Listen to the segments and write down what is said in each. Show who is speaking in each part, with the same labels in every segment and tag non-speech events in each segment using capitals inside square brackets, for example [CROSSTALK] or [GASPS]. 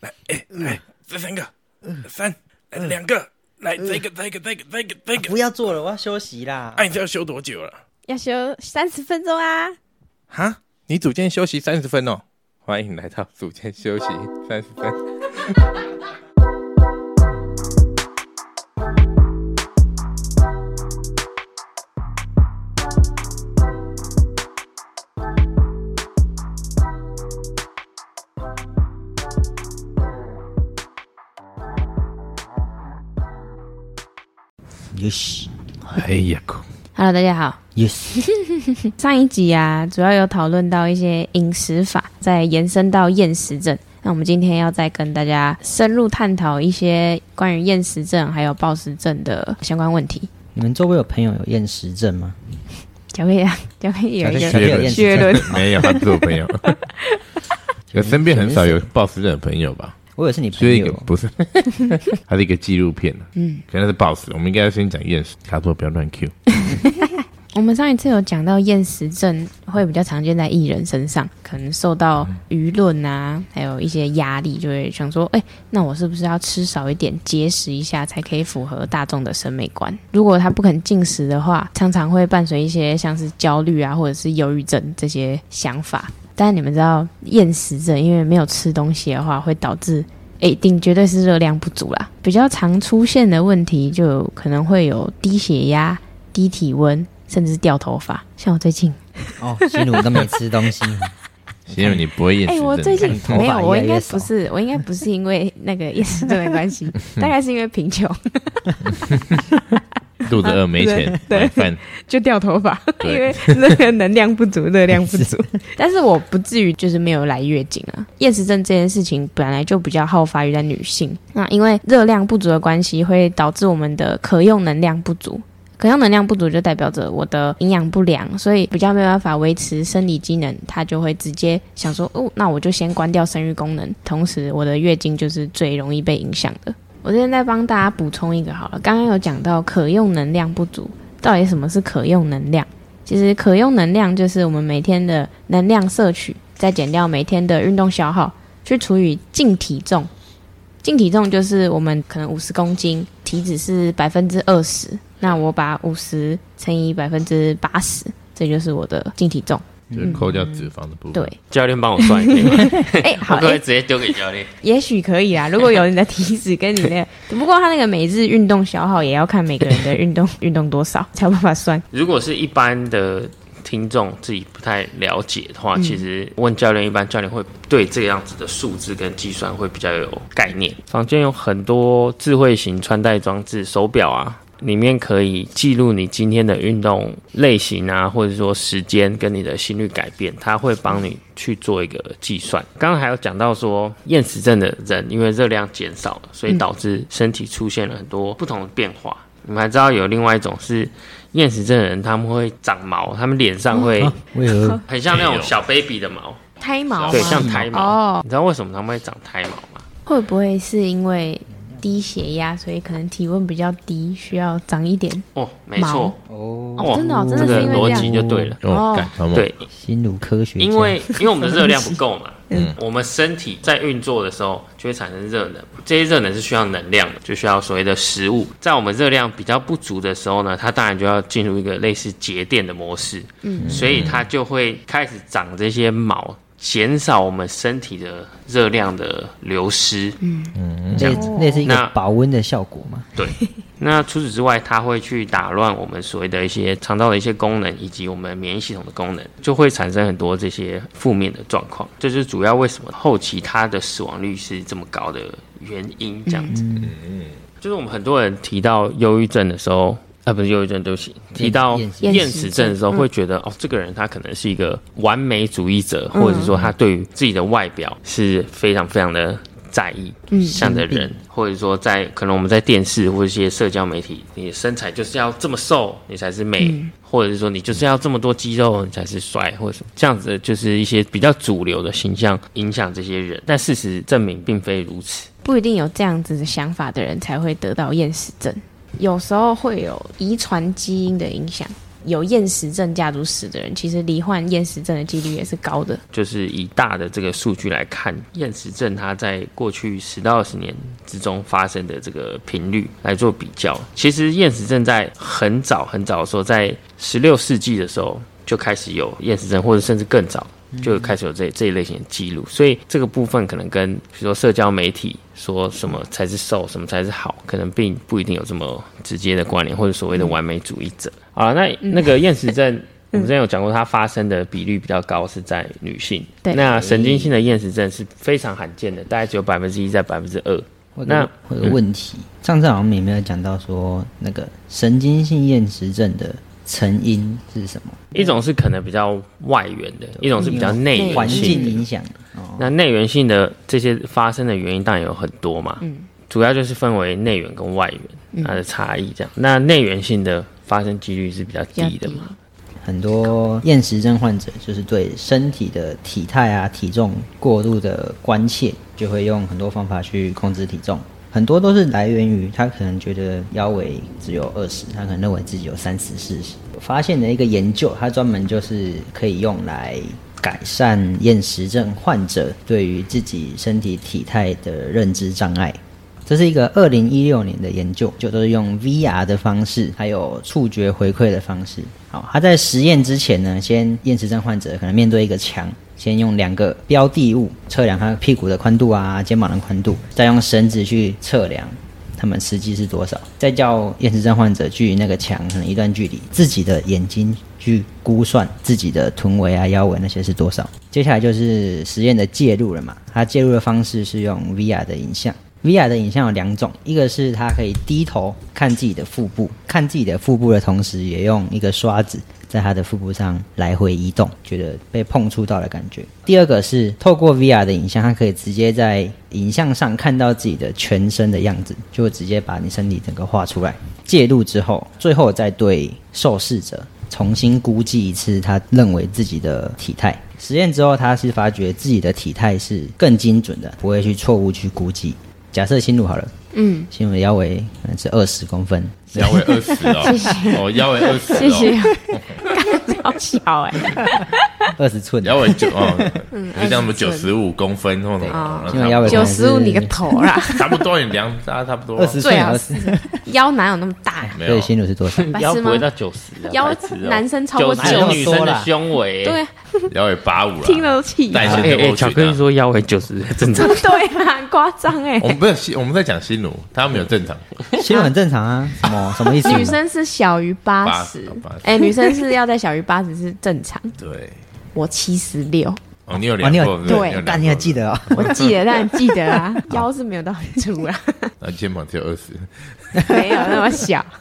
Speaker 1: 来，哎，来，这三个，三，来两个，来这个，这个，这个，这个，这个
Speaker 2: 不。要做了，我要休息啦。
Speaker 1: 哎，你这要休多久了？
Speaker 3: 要休三十分钟啊！
Speaker 1: 哈，你组间休息三十分哦。欢迎来到组间休息三十分。
Speaker 2: Yes
Speaker 1: 哎呀，哭
Speaker 3: Hello，大家好。
Speaker 2: Yes，
Speaker 3: 上一集啊，主要有讨论到一些饮食法，再延伸到厌食症。那我们今天要再跟大家深入探讨一些关于厌食症还有暴食症的相关问题。
Speaker 2: 你们周围有朋友有厌食症吗？
Speaker 3: 小贝啊，小贝有一
Speaker 2: 小
Speaker 3: 个
Speaker 2: 贝有厌食
Speaker 3: 薛
Speaker 2: 症，
Speaker 3: 伦，
Speaker 1: 没有，他是我朋 [LAUGHS] 友。我身边很少有暴食症的朋友吧？
Speaker 2: 我也是你
Speaker 1: 所
Speaker 2: 朋
Speaker 1: 以一个
Speaker 2: 友。
Speaker 1: 不是， [LAUGHS] 它是一个纪录片嗯，可能是暴食。我们应该要先讲厌食。卡托不要乱 Q。
Speaker 3: 我们上一次有讲到厌食症会比较常见在艺人身上，可能受到舆论啊，还有一些压力，就会想说，哎、那我是不是要吃少一点，节食一下，才可以符合大众的审美观？如果他不肯进食的话，常常会伴随一些像是焦虑啊，或者是忧郁症这些想法。但你们知道，厌食症因为没有吃东西的话，会导致哎诶一定绝对是热量不足啦。比较常出现的问题，就有可能会有低血压、低体温，甚至是掉头发。像我最近，
Speaker 2: 哦，心如都没吃东
Speaker 4: [LAUGHS]
Speaker 2: 西，
Speaker 1: 因为你不会厌
Speaker 3: 哎、
Speaker 1: 食症。
Speaker 3: 我
Speaker 1: [LAUGHS]
Speaker 3: 最近
Speaker 2: 看头发
Speaker 3: 没有，我
Speaker 2: 越来
Speaker 3: 应该
Speaker 2: 越少
Speaker 3: 不是，我应该不是因为那个厌食症的
Speaker 2: [LAUGHS]
Speaker 3: 关系，大概是因为贫穷
Speaker 1: 肚子饿没钱
Speaker 3: 对
Speaker 1: 买饭，
Speaker 3: 就掉头发，因
Speaker 1: 啊对
Speaker 3: 为那个能量不足，热量不足。但是我不至于就是没有来月经啊。厌食症这件事情本来就比较好发于在女性，那因为热量不足的关系，会导致我们的可用能量不足。可用能量不足就代表着我的营养不良，所以比较没有办法维持生理机能，它就会直接想说，哦，那我就先关掉生育功能，同时我的月经就是最容易被影响的。我这边再帮大家补充一个好了，刚刚有讲到可用能量不足，到底什么是可用能量？其实可用能量就是我们每天的能量摄取，再减掉每天的运动消耗，去除以净体重。净体重就是我们可能五十公斤，体脂是百分之二十，那我把五十乘以百分之八十，这就是我的净体重。
Speaker 1: 就是扣掉脂肪的部分。
Speaker 4: [LAUGHS]
Speaker 3: 对，，
Speaker 4: 教练帮我算一遍吗，
Speaker 3: 哎、好，
Speaker 4: 我可不
Speaker 3: 哎、
Speaker 4: 可以直接丢给教练。
Speaker 3: 也许可以啦，如果有你的体脂跟你
Speaker 4: [LAUGHS]
Speaker 3: 的，只不过他那个每日运动消耗也要看每个人的运动运动多少才有办法算。
Speaker 4: 如果是一般的听众自己不太了解的话，其实问教练，一般教练会对这样子的数字跟计算会比较有概念。房间有很多智慧型穿戴装置、手表啊。里面可以记录你今天的运动类型啊，或者说时间跟你的心率改变，它会帮你去做一个计算。刚刚还有讲到说，厌食症的人因为热量减少了，所以导致身体出现了很多不同的变化。你们还知道有另外一种是厌食症的人，他们会长毛，他们脸
Speaker 3: [LAUGHS]
Speaker 4: 上会
Speaker 2: 我有
Speaker 4: 很像那种小 baby 的毛，
Speaker 3: 胎毛
Speaker 4: 对，
Speaker 3: 吗
Speaker 4: 像胎毛。
Speaker 3: 哦，
Speaker 4: 你知道为什么他们会长胎毛吗？
Speaker 3: 会不会是因为低血压，所以可能体温比较低，需要长一点？
Speaker 4: 哦，没错，
Speaker 2: 哦，
Speaker 4: 哦，
Speaker 3: 真的哦真
Speaker 4: 这
Speaker 3: 的是
Speaker 4: 个
Speaker 3: 因为这
Speaker 4: 逻
Speaker 3: 样
Speaker 4: 辑就对了。
Speaker 1: 哦
Speaker 3: 哦，
Speaker 1: 干好猛
Speaker 4: 对，
Speaker 2: 心如科学家，
Speaker 4: 因为因为我们的热量不够嘛，嗯，我们身体在运作的时候就会产生热能，这些热能是需要能量的，就需要所谓的食物。在我们热量比较不足的时候呢，它当然就要进入一个类似节电的模式，嗯，所以它就会开始长这些毛。减少我们身体的热量的流失，
Speaker 2: 类类似一个
Speaker 4: 那
Speaker 2: 保温的效果嘛。
Speaker 4: 那除此之外，它会去打乱我们所谓的一些肠道的一些功能，以及我们免疫系统的功能，就会产生很多这些负面的状况。这就是主要为什么后期它的死亡率是这么高的原因。这样子，就是我们很多人提到忧郁症的时候。啊，不是忧郁症，对不起，提到
Speaker 2: 厌
Speaker 3: 食
Speaker 4: 厌食症的时候，会觉得、哦，这个人他可能是一个完美主义者，或者说他对于自己的外表是非常非常的在意，这样的人，或者说在可能我们在电视或者一些社交媒体，你的身材就是要这么瘦，你才是美，或者是说你就是要这么多肌肉，你才是帅，或者什么这样子的，就是一些比较主流的形象影响这些人。但事实证明并非如此。
Speaker 3: 不一定有这样子的想法的人才会得到厌食症，有时候会有遗传基因的影响。有厌食症家族史的人，其实罹患厌食症的几率也是高的。
Speaker 4: 就是以大的这个数据来看，厌食症它在过去十到二十年之中发生的这个频率来做比较，其实厌食症在很早很早的时候，在十六世纪的时候就开始有厌食症，或者甚至更早。就开始有这这一类型的记录，所以这个部分可能跟比如说社交媒体说什么才是瘦，什么才是好，可能并不一定有这么直接的关联，或者所谓的完美主义者啊。那那个厌食症，
Speaker 3: 嗯
Speaker 4: 我们之前有讲过，它发生的比率比较高是在女性。
Speaker 3: 对
Speaker 4: 那神经性的厌食症是非常罕见的，大概只有百分之一在百分之二。
Speaker 2: 我有
Speaker 4: 那
Speaker 2: 个我有个问题，上次好像没没有讲到说那个神经性厌食症的成因是什么？
Speaker 4: 一种是可能比较外源的，
Speaker 3: 嗯
Speaker 4: 一种是比较内
Speaker 2: 环
Speaker 4: 源性
Speaker 2: 境
Speaker 4: 的。
Speaker 2: 影响哦，
Speaker 4: 那内源性的这些发生的原因当然有很多嘛，
Speaker 3: 嗯
Speaker 4: 主要就是分为内源跟外源它的差异这样。那内源性的发生几率是比较低的嘛，
Speaker 2: 很多呃厌食症患者就是对身体的体态啊、体重过度的关切，就会用很多方法去控制体重。很多都是来源于他可能觉得呃腰围只有二十，他可能认为自己有三十、四十。发现了一个研究，它专门就是可以用来改善厌食症患者对于自己身体体态的认知障碍。这是一个二零一六年的研究，就都是用 VR 的方式，还有触觉回馈的方式。好，他在实验之前呢，先厌食症患者可能面对一个墙，先用两个标的物测量他屁股的宽度啊、肩膀的宽度，再用绳子去测量他们实际是多少，再叫厌食症患者距离那个墙可能一段距离，自己的眼睛去估算自己的臀围啊、腰围那些是多少。接下来就是实验的介入了嘛，它介入的方式是用 VR 的影像。VR 的影像有两种，一个是它可以低头看自己的腹部，看自己的腹部的同时，也用一个刷子在他的腹部上来回移动，觉得被碰触到的感觉。第二个是透过 VR 的影像，它可以直接在影像上看到自己的全身的样子，就直接把你身体整个画出来。介入之后，最后再对受试者重新估计一次他认为自己的体态。实验之后，他是发觉自己的体态是更精准的，不会去错误去估计。假设心如好了，
Speaker 3: 嗯，
Speaker 2: 心如的腰围可能是二十公分，
Speaker 1: 腰围二十
Speaker 3: [LAUGHS]
Speaker 1: 哦，哦腰围二十
Speaker 3: 谢
Speaker 4: [LAUGHS]
Speaker 3: 谢
Speaker 1: 哦，。
Speaker 3: 好小哎、
Speaker 2: 二十寸，
Speaker 1: 腰围九哦，
Speaker 3: 嗯
Speaker 1: [LAUGHS] 你讲什么九
Speaker 3: 20
Speaker 1: 十五公分或者什么
Speaker 2: 因为腰围
Speaker 3: 九十五你个头啦， [LAUGHS]
Speaker 1: [LAUGHS] 差不多，你量大家差不多
Speaker 2: 二十寸
Speaker 3: 最好
Speaker 2: 而
Speaker 3: 是腰哪有那么
Speaker 4: [LAUGHS]
Speaker 3: 大、
Speaker 4: 啊
Speaker 1: 没
Speaker 2: 所
Speaker 1: 有
Speaker 2: 以心如是多少？
Speaker 3: 白痴
Speaker 4: 腰不会
Speaker 3: 吗
Speaker 4: 到九十、啊，
Speaker 3: [LAUGHS] 腰
Speaker 4: 白痴哦
Speaker 3: 男生超过
Speaker 4: 90
Speaker 2: 九十
Speaker 4: 女生的胸围、
Speaker 3: 对啊，
Speaker 1: 腰围八五了，
Speaker 3: 听了都气
Speaker 1: 代
Speaker 3: 啊。。
Speaker 1: 谢
Speaker 4: 哎、哎、
Speaker 1: 症候
Speaker 4: 巧克
Speaker 1: 群
Speaker 4: 力
Speaker 1: 啊。
Speaker 4: 说腰围九十正
Speaker 3: [LAUGHS]
Speaker 4: 常
Speaker 3: 对啊，很夸张哎
Speaker 1: 我。们不是新我们在讲新奴，他们有正常，
Speaker 2: 心如很正常啊，什么什么意思？
Speaker 3: [LAUGHS] 女生是小于八十
Speaker 1: 80哦80，
Speaker 3: 哎，女生是要在小于八十是正常。
Speaker 1: 对，
Speaker 3: 我七十
Speaker 1: [LAUGHS]
Speaker 3: 六，
Speaker 1: 哦，你有
Speaker 2: 哦，
Speaker 1: 量
Speaker 2: 你
Speaker 1: 过
Speaker 2: 有
Speaker 1: 不对？有量
Speaker 2: 但你还
Speaker 1: 过
Speaker 2: 记得哦？
Speaker 3: 我记得，但记得啊，腰是没有到很粗啦，
Speaker 1: 啊，肩膀只有二十，
Speaker 3: [LAUGHS] 没有那么小。
Speaker 2: [LAUGHS]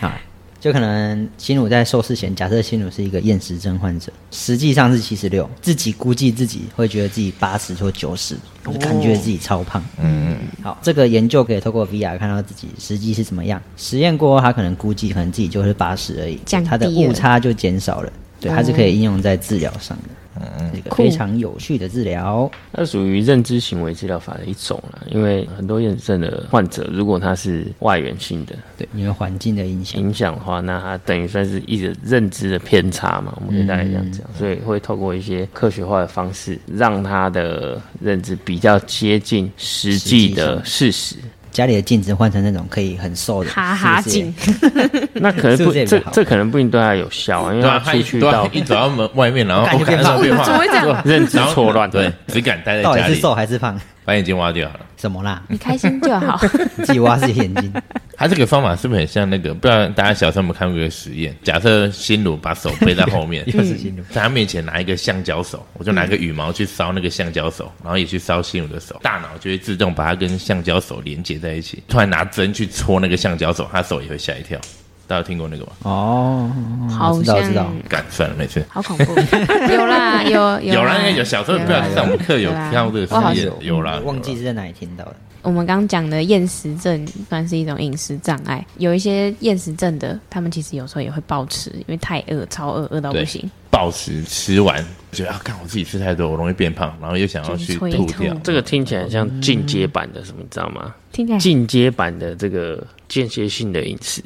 Speaker 2: 啊，就可能心如在受试前，假设心如是一个厌食症患者，实际上是七十六，自己估计自己会觉得自己八十或九十，就是感觉自己超胖。嗯，好，这个研究可以透过 VR 看到自己实际是怎么样。实验过后，他可能估计可能自己就是八十而已
Speaker 3: 降，低哦
Speaker 2: 他的误差就减少了。对，它是可以应用在治疗上的。嗯，一个非常有趣的治疗。
Speaker 4: 那属于认知行为治疗法的一种啦，因为很多厌食症的患者，如果他是外源性的，
Speaker 2: 对，因为环境的影响。
Speaker 4: 影响的话，那它等于算是一直认知的偏差嘛，我们可以大概这样讲，所以会透过一些科学化的方式，让他的认知比较接近实际的事实。
Speaker 2: 家里的镜子换成那种可以很瘦的
Speaker 3: 哈哈
Speaker 2: 是不是也
Speaker 3: 镜，
Speaker 4: 那可能
Speaker 2: 是不
Speaker 4: 不，
Speaker 2: 是也不
Speaker 4: 这
Speaker 2: 好
Speaker 4: 这可能不一定对他有效，因为
Speaker 1: 对啊，他
Speaker 4: 他出
Speaker 1: 一
Speaker 4: 去
Speaker 1: 对啊
Speaker 4: 到
Speaker 1: 一走到门外面，然后
Speaker 2: 感
Speaker 1: 我
Speaker 2: 觉
Speaker 1: 感到变
Speaker 3: 变
Speaker 1: 化，
Speaker 3: 胖怎么会
Speaker 1: [LAUGHS]
Speaker 3: 这样
Speaker 4: 认知错乱
Speaker 1: 对，只敢待在
Speaker 2: 到底
Speaker 1: 家
Speaker 2: 是
Speaker 1: 里，
Speaker 2: 瘦还是胖？
Speaker 1: 把眼睛挖掉了。
Speaker 2: 什么啦？
Speaker 3: 你开心就好。
Speaker 2: 自己挖自己眼睛。
Speaker 3: [LAUGHS]
Speaker 1: 他这个方法是不是很像那个？不知道大家小时候有没有看过一个实验？假设心如把手背在后面，
Speaker 2: 又是心如，
Speaker 1: 在他面前拿一个橡胶手，我就拿个羽毛去烧那个橡胶手，然后也去烧心如的手，大脑就会自动把它跟橡胶手连接在一起。突然拿针去戳那个橡胶手，他手也会吓一跳。大家有听过那个吗？
Speaker 2: 哦，
Speaker 3: 好
Speaker 2: 我知道
Speaker 3: 像
Speaker 2: 知道，
Speaker 1: 敢算了，没事。
Speaker 3: 好恐怖， [LAUGHS] 有啦有
Speaker 1: 有啦，
Speaker 3: 啦
Speaker 1: 有小时候不知道
Speaker 3: 啦
Speaker 1: 上我们课有
Speaker 3: 有啦
Speaker 1: 看到这个
Speaker 3: 我好
Speaker 1: 实验，有啦，
Speaker 2: 嗯忘记
Speaker 1: 有啦
Speaker 2: 是在哪里听到的。
Speaker 3: 我们刚刚讲的厌食症算是一种饮食障碍，有一些厌食症的，他们其实有时候也会暴吃，因为太饿，超饿，饿到不
Speaker 1: 对
Speaker 3: 行。
Speaker 1: 暴食吃完，觉得啊，看我自己吃太多，我容易变胖，然后又想要
Speaker 3: 就是
Speaker 1: 去
Speaker 3: 催
Speaker 1: 吐
Speaker 3: 吐
Speaker 1: 掉。
Speaker 4: 这个听起来像进阶版的什么，你知道吗？
Speaker 3: 听起来
Speaker 4: 进阶版的这个间歇性的饮
Speaker 3: [LAUGHS]
Speaker 4: 食，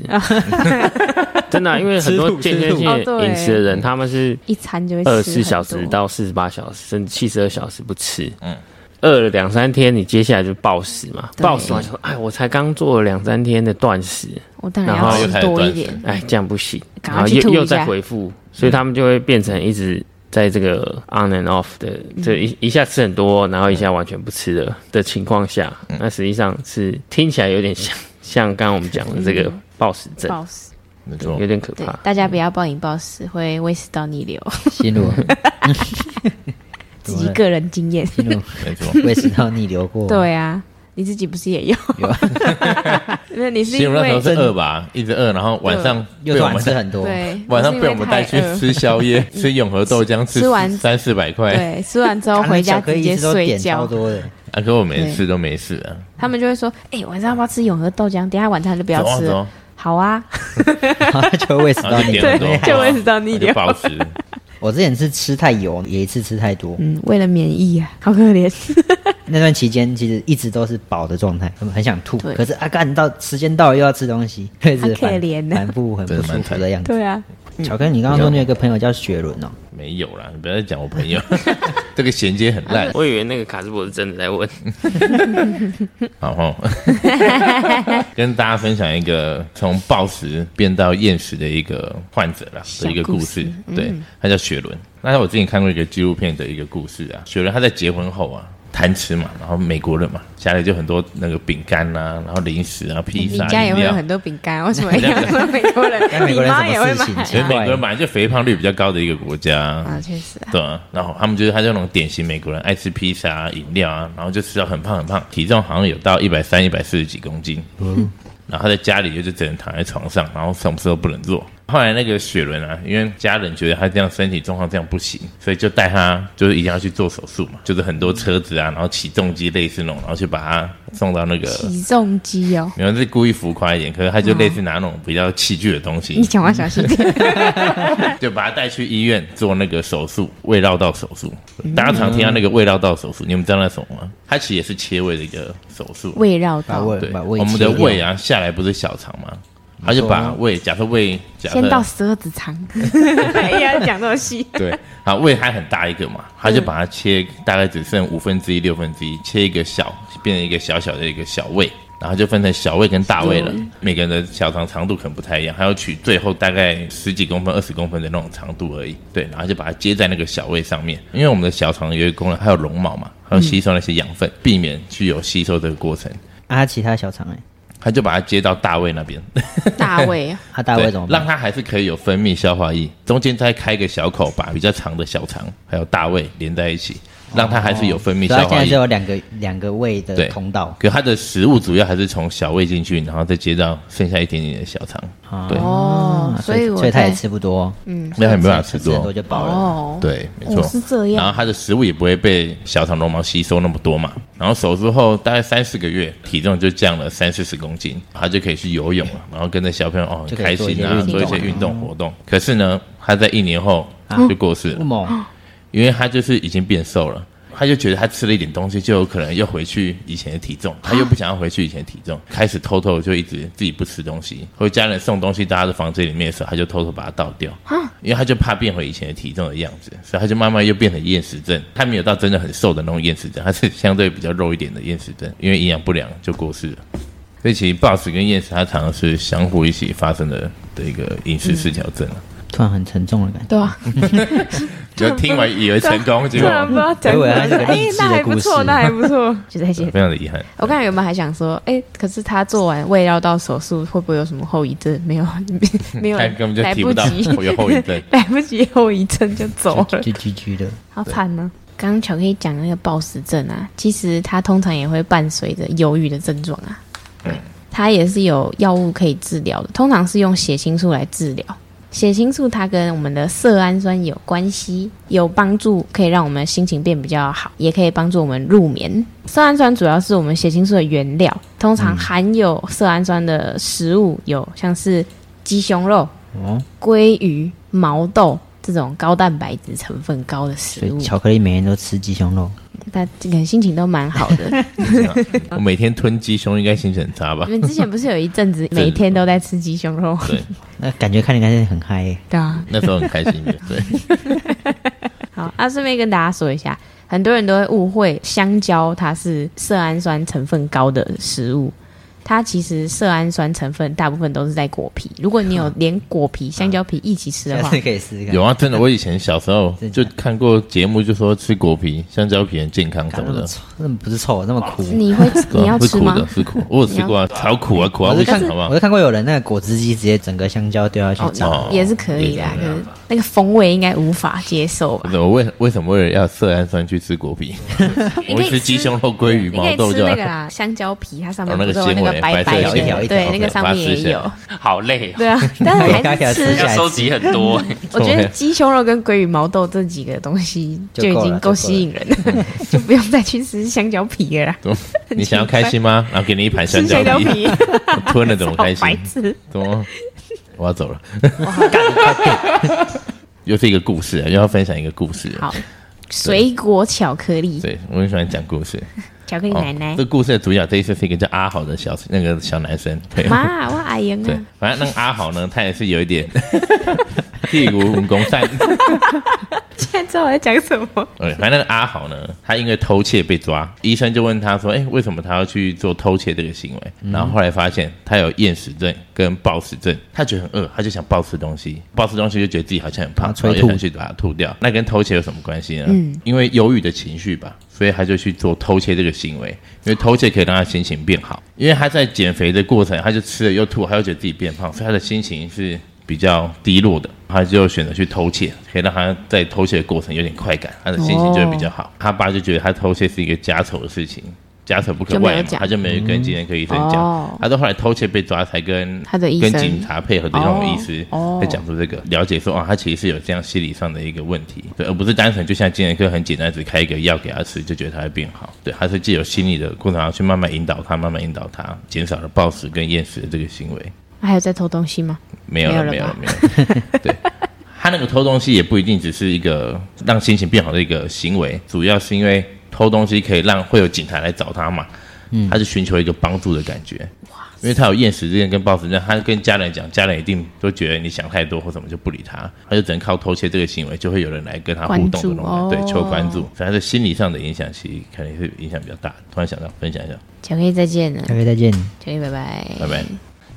Speaker 4: 真的啊、因为很多
Speaker 2: 吃土
Speaker 4: 间歇性
Speaker 3: 吃土哦
Speaker 4: 的
Speaker 3: 对
Speaker 4: 饮食的人，他们是
Speaker 3: 一餐就会吃
Speaker 4: 二十四小
Speaker 3: 很
Speaker 4: 时
Speaker 3: 多
Speaker 4: 到四十八小时，甚至七十二小时不吃，嗯，饿了两三天，你接下来就暴食嘛，
Speaker 3: 对
Speaker 4: 暴食完就说，哎，我才刚做了两三天的断食，
Speaker 3: 我当然
Speaker 4: 然后
Speaker 3: 要
Speaker 1: 又
Speaker 3: 吃
Speaker 1: 开始
Speaker 3: 多一
Speaker 1: 断
Speaker 3: 点。
Speaker 4: 哎，这样不行，
Speaker 3: 赶
Speaker 4: 然
Speaker 3: 快
Speaker 4: 后
Speaker 3: 去
Speaker 4: 又
Speaker 3: 吐一
Speaker 4: 又再
Speaker 3: 下
Speaker 4: 回复，所以他们就会变成一直在这个 on and off 的，这
Speaker 3: 嗯
Speaker 4: 一一下吃很多，然后一下完全不吃的的情况下，那实际上是听起来有
Speaker 3: [LAUGHS]
Speaker 4: 点像像刚刚我们讲的这个暴食症，
Speaker 3: 嗯暴食，
Speaker 1: 没错
Speaker 4: 有，点可
Speaker 3: 对
Speaker 4: 怕，。
Speaker 3: 大家不要暴饮暴食，会胃食道逆流，
Speaker 2: 心 [LAUGHS] 如，
Speaker 3: [LAUGHS] 自己个人经验。
Speaker 2: 心如，
Speaker 1: 没错。
Speaker 2: 胃食道逆流过，，
Speaker 3: [LAUGHS] 对啊，你自己不是也有？ [LAUGHS]
Speaker 2: 有啊
Speaker 3: 没有，你是
Speaker 1: 其实
Speaker 3: 因
Speaker 1: 我那时候
Speaker 3: 为
Speaker 1: 是饿吧，一直饿，然后晚上
Speaker 2: 又
Speaker 1: 被
Speaker 2: 突
Speaker 1: 我
Speaker 2: 然
Speaker 1: 们
Speaker 3: [LAUGHS]
Speaker 2: 吃很多，啊
Speaker 3: 对
Speaker 1: 晚上
Speaker 3: 你是因为
Speaker 1: 被我们带去
Speaker 3: 太
Speaker 2: [LAUGHS]
Speaker 3: 饿
Speaker 1: 吃宵
Speaker 3: [LAUGHS]
Speaker 1: 夜，吃永和豆浆，
Speaker 3: 吃完
Speaker 1: 三四百块，
Speaker 3: 对，吃完之后
Speaker 2: 啊，
Speaker 3: 回家
Speaker 2: 小可以
Speaker 3: 直
Speaker 2: 一
Speaker 3: 接
Speaker 2: 直都 [LAUGHS]
Speaker 3: 睡
Speaker 2: 点超
Speaker 3: 觉。
Speaker 2: 多的，
Speaker 1: 啊，可我每次都没事啊，
Speaker 3: 他们就会说：“哎、晚上要不要吃永和豆浆？等一下晚餐就不要
Speaker 1: 走啊
Speaker 3: 吃
Speaker 1: 走
Speaker 3: 了。
Speaker 1: 啊，
Speaker 3: 好啊，
Speaker 2: 然后就胃食
Speaker 1: 然后
Speaker 2: 道
Speaker 1: 就
Speaker 2: 逆
Speaker 1: 点很多
Speaker 2: 流。
Speaker 3: 对，就胃食道逆
Speaker 1: 我
Speaker 3: 流
Speaker 1: 啊就。保持，
Speaker 2: 我之前是吃太油，也一次吃太多，
Speaker 3: 嗯，为了免疫啊，好可
Speaker 2: [LAUGHS]
Speaker 3: 怜。
Speaker 2: 那段期间其实一直都是饱的状态，很想吐，
Speaker 3: 对
Speaker 2: 可是啊，干到时间到了又要吃东西， [LAUGHS] 一直
Speaker 3: 好可
Speaker 2: 反
Speaker 3: 怜啊
Speaker 2: 反复很不
Speaker 1: 真的
Speaker 2: 舒
Speaker 1: 蛮
Speaker 2: 服
Speaker 1: 惨
Speaker 2: 的样子。
Speaker 3: 对啊，
Speaker 1: 嗯
Speaker 2: 巧克力，你刚刚说你有一个朋友叫雪伦哦，
Speaker 1: 没有啦，你不要再讲我朋
Speaker 3: [LAUGHS]
Speaker 1: 友，这个衔接很烂，
Speaker 4: 我以为那个卡斯伯是真的
Speaker 3: [LAUGHS]
Speaker 4: 在问，
Speaker 1: 好吼，跟大家分享一个从暴食变到厌食的一个患者啦的一个故事
Speaker 3: 小故事，嗯
Speaker 1: 对，他叫雪伦。那我之前看过一个纪录片的一个故事啊，雪伦他在结婚后啊。贪吃嘛，然后美国人嘛，家里就很多那个饼干啊，然后零食啊，披
Speaker 3: 你
Speaker 1: 萨、
Speaker 3: 家也
Speaker 1: 饮
Speaker 3: 会有
Speaker 1: 料，
Speaker 3: 很多饼干， [LAUGHS] 为什么要说美国
Speaker 2: 干
Speaker 3: 人？
Speaker 2: 美
Speaker 3: 你
Speaker 2: 国人
Speaker 3: 妈也会
Speaker 2: 什么事
Speaker 3: 买
Speaker 1: 其实
Speaker 2: 情
Speaker 1: 美国人本来就肥胖率比较高的一个国家
Speaker 3: 欸啊，确实啊，
Speaker 1: 对啊，然后他们就是他就那种典型美国人，爱吃披萨啊、饮料啊，然后就吃到很胖很胖，体重好像有到一百三、一百四十几公斤。嗯，然后他在家里就是只能躺在床上，然后什么事都不能做。后来那个雪伦啊，因为家人觉得他这样身体状况这样不行，所以就带他就是一定要去做手术嘛，就是很多车子啊，然后起重机类似那种，然后去把他送到那个，
Speaker 3: 起重机哦，
Speaker 1: 没有是故意浮夸一点，可是他就类似拿那种比较器具的东西，
Speaker 3: 你讲话小心点。
Speaker 2: [LAUGHS]
Speaker 1: 就把他带去医院做那个手术，胃绕道手术。大家常听到那个胃绕道手术，你们知道那是什么吗？它其实也是切胃的一个手术。
Speaker 3: 胃绕
Speaker 2: 把
Speaker 3: 道，
Speaker 2: 胃
Speaker 1: 对，
Speaker 2: 把胃
Speaker 1: 我们的
Speaker 2: 切掉
Speaker 1: 胃，啊下来不是小肠吗？他就把胃，假设胃，假
Speaker 3: 先到
Speaker 1: 设
Speaker 3: 十二指肠， [LAUGHS] 哎呀，讲那么细，
Speaker 1: 对，啊胃还很大一个嘛，他就把它切，大概只剩五分之一、六分之一，切一个小，变成一个小小的一个小胃。然后就分成小胃跟大胃了，每个人的小肠长度可能不太一样，还要取最后大概十几公分、二十公分的那种长度而已。对，然后就把它接在那个小胃上面，因为我们的小肠有一个功能，还有绒毛嘛，还有吸收那些养分，避免具有吸收这个过程。
Speaker 2: 啊，他其他小肠哎，
Speaker 1: 他就把它接到大胃那边，
Speaker 3: 大胃啊，
Speaker 2: 他大
Speaker 1: 对，
Speaker 2: 胃怎么办？
Speaker 1: 让它还是可以有分泌消化液，中间再开一个小口，把比较长的小肠还有大胃连在一起，让它还是有分泌
Speaker 2: 所以
Speaker 1: 消
Speaker 2: 他啊现
Speaker 1: 化
Speaker 2: 在
Speaker 1: 液。
Speaker 2: 就有两个两个胃的
Speaker 1: 对
Speaker 2: 通道
Speaker 1: 可它的食物主要还是从小胃进去，然后再接到剩下一点点的小肠，对，
Speaker 3: 哦
Speaker 2: 啊，
Speaker 3: 所以我
Speaker 2: 所以他也
Speaker 3: 在
Speaker 2: 吃不多，
Speaker 3: 嗯，
Speaker 1: 那、没办法吃
Speaker 2: 吃很多
Speaker 1: 多。
Speaker 2: 就饱了。
Speaker 3: 哦，
Speaker 1: 对，没错、
Speaker 3: 哦，是这
Speaker 1: 然后
Speaker 3: 样，
Speaker 1: 它的食物也不会被小肠绒毛吸收那么多嘛。然后手术后大概三四个月，体重就降了三四十公斤，它就可以去游泳了，然后跟着小朋友哦
Speaker 2: 就
Speaker 1: 很
Speaker 2: 可
Speaker 1: 开
Speaker 2: 以做一
Speaker 1: 心
Speaker 2: 些
Speaker 1: 啊，
Speaker 2: 运
Speaker 1: 做一
Speaker 2: 动
Speaker 1: 些
Speaker 2: 啊
Speaker 1: 运动活动。可是呢，他在一年后就过世了
Speaker 2: 不。
Speaker 3: [GASPS]
Speaker 2: 猛，
Speaker 1: 因为他就是已经变瘦了，他就觉得他吃了一点东西就有可能又回去以前的体重，他又不想要回去以前的体重，开始偷偷地就一直自己不吃东西，或者家人送东西到他的房间里面的时候，他就偷偷把它倒掉，因为他就怕变回以前的体重的样子，所以他就慢慢又变成厌食症。他没有到真的很瘦的那种厌食症，他是相对比较肉一点的厌食症，因为营养不良就过世了。所以其实暴食跟厌食，它常常是相互一起发生的的一个饮食失调症啊。
Speaker 2: 突然很沉重的感觉。
Speaker 3: 对啊，
Speaker 1: 就听完以为成功，结
Speaker 3: 突
Speaker 1: 果
Speaker 3: 然不知道讲什
Speaker 2: 我以为它
Speaker 3: 么
Speaker 2: 是个，
Speaker 3: 哎
Speaker 2: 励，志
Speaker 3: 那还
Speaker 2: 的故事
Speaker 3: 不错，那还不错， [LAUGHS] 就在写。
Speaker 1: 非常的遗憾。
Speaker 3: 我刚才原本还想说，哎，可是他做完胃绕道手术会不会有什么后遗症？没有，没
Speaker 1: [LAUGHS]
Speaker 3: 有，
Speaker 1: 他根本就
Speaker 3: 来
Speaker 1: 提
Speaker 3: 不
Speaker 1: 不到
Speaker 3: 及，。
Speaker 1: 有后遗症
Speaker 3: [LAUGHS] 来不及后遗症就走了。
Speaker 2: 就居居的，
Speaker 3: 好惨啊呢、刚刚巧克力讲那个暴食症啊，其实它通常也会伴随着忧郁的症状啊。
Speaker 2: 嗯
Speaker 3: 它也是有药物可以治疗的，通常是用血清素来治疗。血清素它跟我们的色氨酸有关系，有帮助，可以让我们心情变比较好，也可以帮助我们入眠。色氨酸主要是我们血清素的原料，通
Speaker 2: 嗯
Speaker 3: 常含有色氨酸的食物有像是鸡胸肉、
Speaker 2: 哦，
Speaker 3: 鲑鱼、毛豆这种高蛋白质成分高的
Speaker 2: 所
Speaker 3: 食
Speaker 2: 以
Speaker 3: 物。
Speaker 2: 巧克力每天都吃鸡胸肉，
Speaker 3: 大家这个心情都蛮好
Speaker 1: [LAUGHS]
Speaker 3: 的。
Speaker 1: 这样我每天吞鸡胸应该心情很差吧
Speaker 3: 你？们之前不是有一
Speaker 1: [LAUGHS]
Speaker 3: 阵子每天都在吃鸡胸肉？ [LAUGHS]
Speaker 1: 对，
Speaker 2: 那感觉看你看起来很嗨耶，
Speaker 3: 对啊，
Speaker 1: 那时候很开心的。对，
Speaker 3: 好，啊，顺便跟大家说一下，很多人都会误会香蕉它是色氨酸成分高的食物，它其实色氨酸成分大部分都是在果皮。如果你有连果皮、香蕉皮一起吃的
Speaker 1: [LAUGHS]
Speaker 2: 下
Speaker 3: 话
Speaker 2: 次，可以试试看。
Speaker 1: 有啊，真的，我以前小时候
Speaker 2: 真的
Speaker 1: 就看过节目，就说吃果皮、香蕉皮很健康什
Speaker 2: 干，那
Speaker 1: 么
Speaker 2: 么
Speaker 1: 的。
Speaker 2: 臭，那么不是臭，那么苦。
Speaker 3: 你会
Speaker 1: 对啊
Speaker 3: 你要
Speaker 1: 是
Speaker 3: 吃
Speaker 1: 苦
Speaker 3: 吗
Speaker 1: 的，？是
Speaker 3: [LAUGHS]
Speaker 1: 苦，我有吃过啊，超苦啊，苦啊，
Speaker 2: 我
Speaker 1: 不
Speaker 2: 是
Speaker 1: 行
Speaker 2: 看，，
Speaker 1: 好不
Speaker 2: 我
Speaker 1: 好？
Speaker 2: 是看过有人那个果汁机直接整个香蕉丢下去炸，
Speaker 3: 哦，也是可以的啊，
Speaker 1: 也是没
Speaker 3: 可是
Speaker 1: 办法
Speaker 3: 那个风味应该无法接受
Speaker 1: 不
Speaker 3: 吧？
Speaker 1: 是我为为什么为了要色氨酸去吃果皮？
Speaker 3: [LAUGHS]
Speaker 1: 我
Speaker 3: 你可以
Speaker 1: 会吃鸡
Speaker 3: 吃
Speaker 1: 胸肉、鲑鱼、
Speaker 3: 你可
Speaker 1: 毛
Speaker 3: 以
Speaker 1: 豆
Speaker 3: 吃
Speaker 1: 就
Speaker 3: 那
Speaker 1: 好
Speaker 3: 个。啦，香蕉皮，它上面
Speaker 1: 哦那
Speaker 3: 不
Speaker 1: 个
Speaker 3: 是有那个
Speaker 1: 纤维白
Speaker 3: 白
Speaker 2: 色
Speaker 3: 的
Speaker 2: 的纤维
Speaker 3: 对，那个
Speaker 1: 对
Speaker 3: 上
Speaker 1: 把它
Speaker 3: 面
Speaker 1: 吃起
Speaker 3: 也
Speaker 1: 来
Speaker 3: 有，
Speaker 4: 好累哦，
Speaker 3: 对啊，但是
Speaker 2: 大
Speaker 3: 还
Speaker 2: 家
Speaker 3: 是
Speaker 2: 吃起
Speaker 3: 吃
Speaker 2: 来
Speaker 4: 要收集很多。
Speaker 3: 我觉得
Speaker 1: OK
Speaker 3: 鸡胸肉跟鲑鱼毛豆这几个东西
Speaker 2: 就
Speaker 3: 就已
Speaker 2: 够
Speaker 3: 经
Speaker 2: 了
Speaker 3: 够
Speaker 2: 就
Speaker 3: 吸引人了，就不用再去吃香蕉皮了啦。
Speaker 1: 怎么
Speaker 3: [LAUGHS]
Speaker 1: 你想要开心吗？然后给你一盘香
Speaker 3: 吃
Speaker 1: 蕉
Speaker 3: 香蕉
Speaker 1: 皮，
Speaker 3: 皮，
Speaker 1: 我 [LAUGHS] 吞了怎么
Speaker 3: [LAUGHS]
Speaker 1: 开
Speaker 3: 好白
Speaker 1: 心？
Speaker 3: 痴！
Speaker 1: 怎么？我要走了。 [LAUGHS] 又是一个故事，啊又要分享一个故事。啊
Speaker 3: 好，水果巧克力，
Speaker 1: 对我很喜欢讲故事。哦
Speaker 3: 巧克力奶奶
Speaker 1: 这，故事的主角这一次是一个叫阿豪的小那个小男生。对，
Speaker 3: 妈，我阿英
Speaker 1: 对
Speaker 3: 啊，，
Speaker 1: 反正那个阿豪呢，他也是有一点 [LAUGHS] 屁股武功散。
Speaker 3: 现在知道我在讲什么？
Speaker 1: 对，反正那个阿豪呢，他因为偷窃被抓，医生就问他说：“哎、为什么他要去做偷窃这个行为？”
Speaker 2: 嗯
Speaker 1: 然后后来发现他有厌食症跟暴食症，他觉得很饿，他就想暴吃东西，暴吃东西就觉得自己好像很胖
Speaker 2: 把，它
Speaker 1: 然后
Speaker 2: 催
Speaker 1: 就
Speaker 2: 吐嗯
Speaker 1: 想去把它吐掉。那跟偷窃有什么关系呢？因为忧郁的情绪吧，所以他就去做偷窃这个行为，因为偷窃可以让他心情变好。因为他在减肥的过程，他就吃了又吐，他又觉得自己变胖，所以他的心情是比较低落的。他就选择去偷窃，可以让他在偷窃的过程有点快感，他的心情就会比较好。
Speaker 3: 哦
Speaker 1: 他爸就觉得他偷窃是一个家丑的事情，家丑不可
Speaker 3: 就没有
Speaker 1: 外嘛，
Speaker 3: 讲
Speaker 1: 他就没有跟精神科医生讲。
Speaker 3: 哦
Speaker 1: 他到后来偷窃被抓，才跟
Speaker 3: 他的医
Speaker 1: 跟
Speaker 3: 生
Speaker 1: 警察配合的那种医师
Speaker 3: 哦哦
Speaker 1: 在讲出这个，了解说啊，他其实是有这样心理上的一个问题，对，而不是单纯就像精神科很简单，只开一个药给他吃就觉得他会变好，对，他是借由心理的过程，然后去慢慢引导他，慢慢引导他，减少了暴食跟厌食的这个行为。
Speaker 3: 还有在偷东西吗？
Speaker 1: 没有了，
Speaker 3: 没
Speaker 1: 没
Speaker 3: 有
Speaker 1: 有
Speaker 3: 了
Speaker 1: 了，没有了。 [LAUGHS] 对，他那个偷东西也不一定只是一个让心情变好的一个行为，主要是因为偷东西可以让会有警察来找他嘛，他是寻求一个帮助的感觉。因为他有厌食症跟暴食症，他跟家人讲，家人一定都觉得你想太多或什么就不理他，他就只能靠偷窃这个行为，就会有人来跟他互动的
Speaker 3: 关注
Speaker 1: 那种感觉，
Speaker 3: 哦
Speaker 1: 对，求关注。所以他的心理上的影响，其实肯定是影响比较大。突然想到分享一下，
Speaker 3: 巧克力再见了，
Speaker 2: 下回再见。
Speaker 3: 巧克力拜拜。
Speaker 1: 拜拜。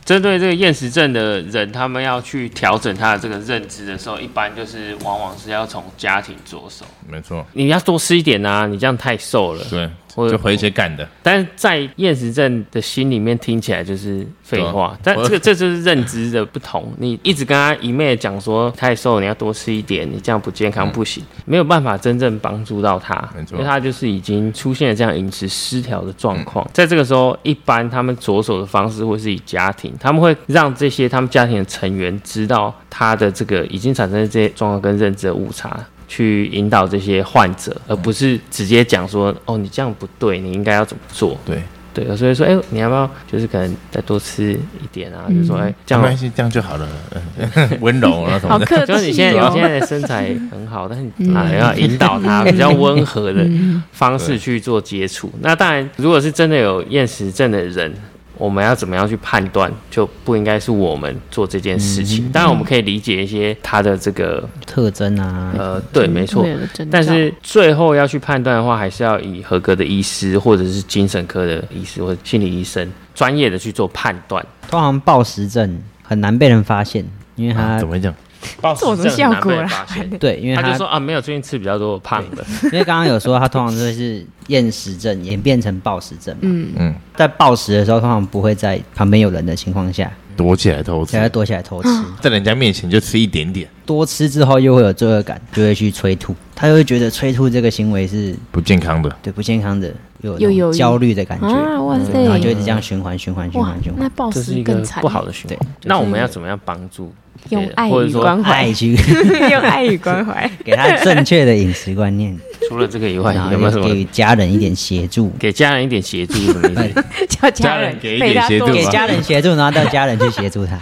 Speaker 4: 针对这个厌食症的人，他们要去调整他的这个认知的时候，一般就是往往是要从家庭着手。
Speaker 1: 没错，
Speaker 4: 你要多吃一点啊，你这样太瘦了。
Speaker 1: 对，
Speaker 4: 我
Speaker 1: 就回一些干的。
Speaker 4: 但是在厌食症的心里面听起来就是废话，
Speaker 1: 对啊
Speaker 4: 但
Speaker 1: 我
Speaker 4: 这个这就是认知的不同。你一直跟他一昧地讲说太瘦，你要多吃一点，你这样不
Speaker 1: 嗯
Speaker 4: 健康不行，没有办法真正帮助到他
Speaker 1: 没，错
Speaker 4: 因为他就是已经出现了这样饮食失调的状
Speaker 1: 嗯
Speaker 4: 况。在这个时候，一般他们着手的方式会是以家庭，他们会让这些他们家庭的成员知道他的这个已经产生了这些状况跟认知的误差。去引导这些患者，而不是直接讲说哦，你这样不对，你应该要怎么做。
Speaker 1: 对，
Speaker 4: 对，所以说，哎、你要不要就是可能再多吃一点啊？就说，哎、这
Speaker 1: 没关
Speaker 4: 样，
Speaker 1: 系，这样就好了， [LAUGHS] 嗯温柔然后什么
Speaker 3: 好
Speaker 1: 的。
Speaker 3: [LAUGHS] 客
Speaker 4: 就是你
Speaker 3: 气
Speaker 4: 现在你现
Speaker 3: 哦，
Speaker 4: 在的身材很好，但是你啊要引导他比较温和的方式去做接触。那当然，如果是真的有厌食症的人。我们要怎么样去判断，就不应该是我们做这件事情。当然，我们可以理解一些他的这个
Speaker 2: 特征啊，
Speaker 4: 呃，对，没错
Speaker 3: 会，有的征兆
Speaker 4: 但是最后要去判断的话，还是要以合格的医师或者是精神科的医师或者心理医生专业的去做判断。
Speaker 2: 通常暴食症很难被人发现，因为
Speaker 1: 啊
Speaker 2: 他
Speaker 1: 怎么会这样？
Speaker 4: 暴食
Speaker 3: 做什么
Speaker 4: 症很
Speaker 3: 效
Speaker 4: 难
Speaker 3: 果啊
Speaker 4: 被
Speaker 3: 啦
Speaker 4: 发现。
Speaker 2: 对，因为
Speaker 4: [LAUGHS] 他
Speaker 2: 他
Speaker 4: 就说啊，没有，最近吃比较多，我胖了。
Speaker 2: 因为刚刚有说他通常都会是厌食症演变成暴食症嘛，嗯
Speaker 1: 嗯，
Speaker 2: 在暴食的时候通常不会在旁边有人的情况下，
Speaker 1: 躲起来偷吃
Speaker 2: 才，会躲起来偷吃，
Speaker 3: 啊
Speaker 1: 在人家面前就吃一点点，
Speaker 2: 多吃之后又会有罪恶感，就会去催吐，他就会觉得催吐这个行为是
Speaker 1: 不健康的。
Speaker 2: 对不健康的，有
Speaker 3: 又
Speaker 2: 那
Speaker 3: 有
Speaker 2: 种焦虑的感觉，
Speaker 3: 啊，哇
Speaker 2: 然后就
Speaker 3: 塞
Speaker 2: 一，直这样循环循环循
Speaker 3: 哇
Speaker 2: 环循，
Speaker 3: 那
Speaker 2: 环，
Speaker 3: 暴
Speaker 4: 这是
Speaker 3: 食
Speaker 4: 一个
Speaker 3: 更惨，
Speaker 4: 不好的循环。那我们要怎么样帮助别
Speaker 3: 用
Speaker 4: 人？
Speaker 3: 爱
Speaker 4: 或者
Speaker 3: 与
Speaker 4: 说
Speaker 3: 关怀
Speaker 2: 爱，去 [LAUGHS]
Speaker 3: 用爱与关怀。
Speaker 4: [LAUGHS]
Speaker 2: 给他正确的饮食观念，
Speaker 4: 除了这个以外，
Speaker 2: 然后
Speaker 4: 有没有什
Speaker 2: 也
Speaker 4: 么，
Speaker 2: 给家人一点协助
Speaker 4: 给家人一点协助？什 [LAUGHS] 么意思
Speaker 1: 家
Speaker 3: 叫家
Speaker 1: 人
Speaker 3: 人
Speaker 1: 给一
Speaker 3: 陪
Speaker 1: 点
Speaker 3: 他
Speaker 1: 协
Speaker 3: 多
Speaker 1: 助
Speaker 2: 给
Speaker 1: 吧
Speaker 2: 家人协助，然后到家人去协助他。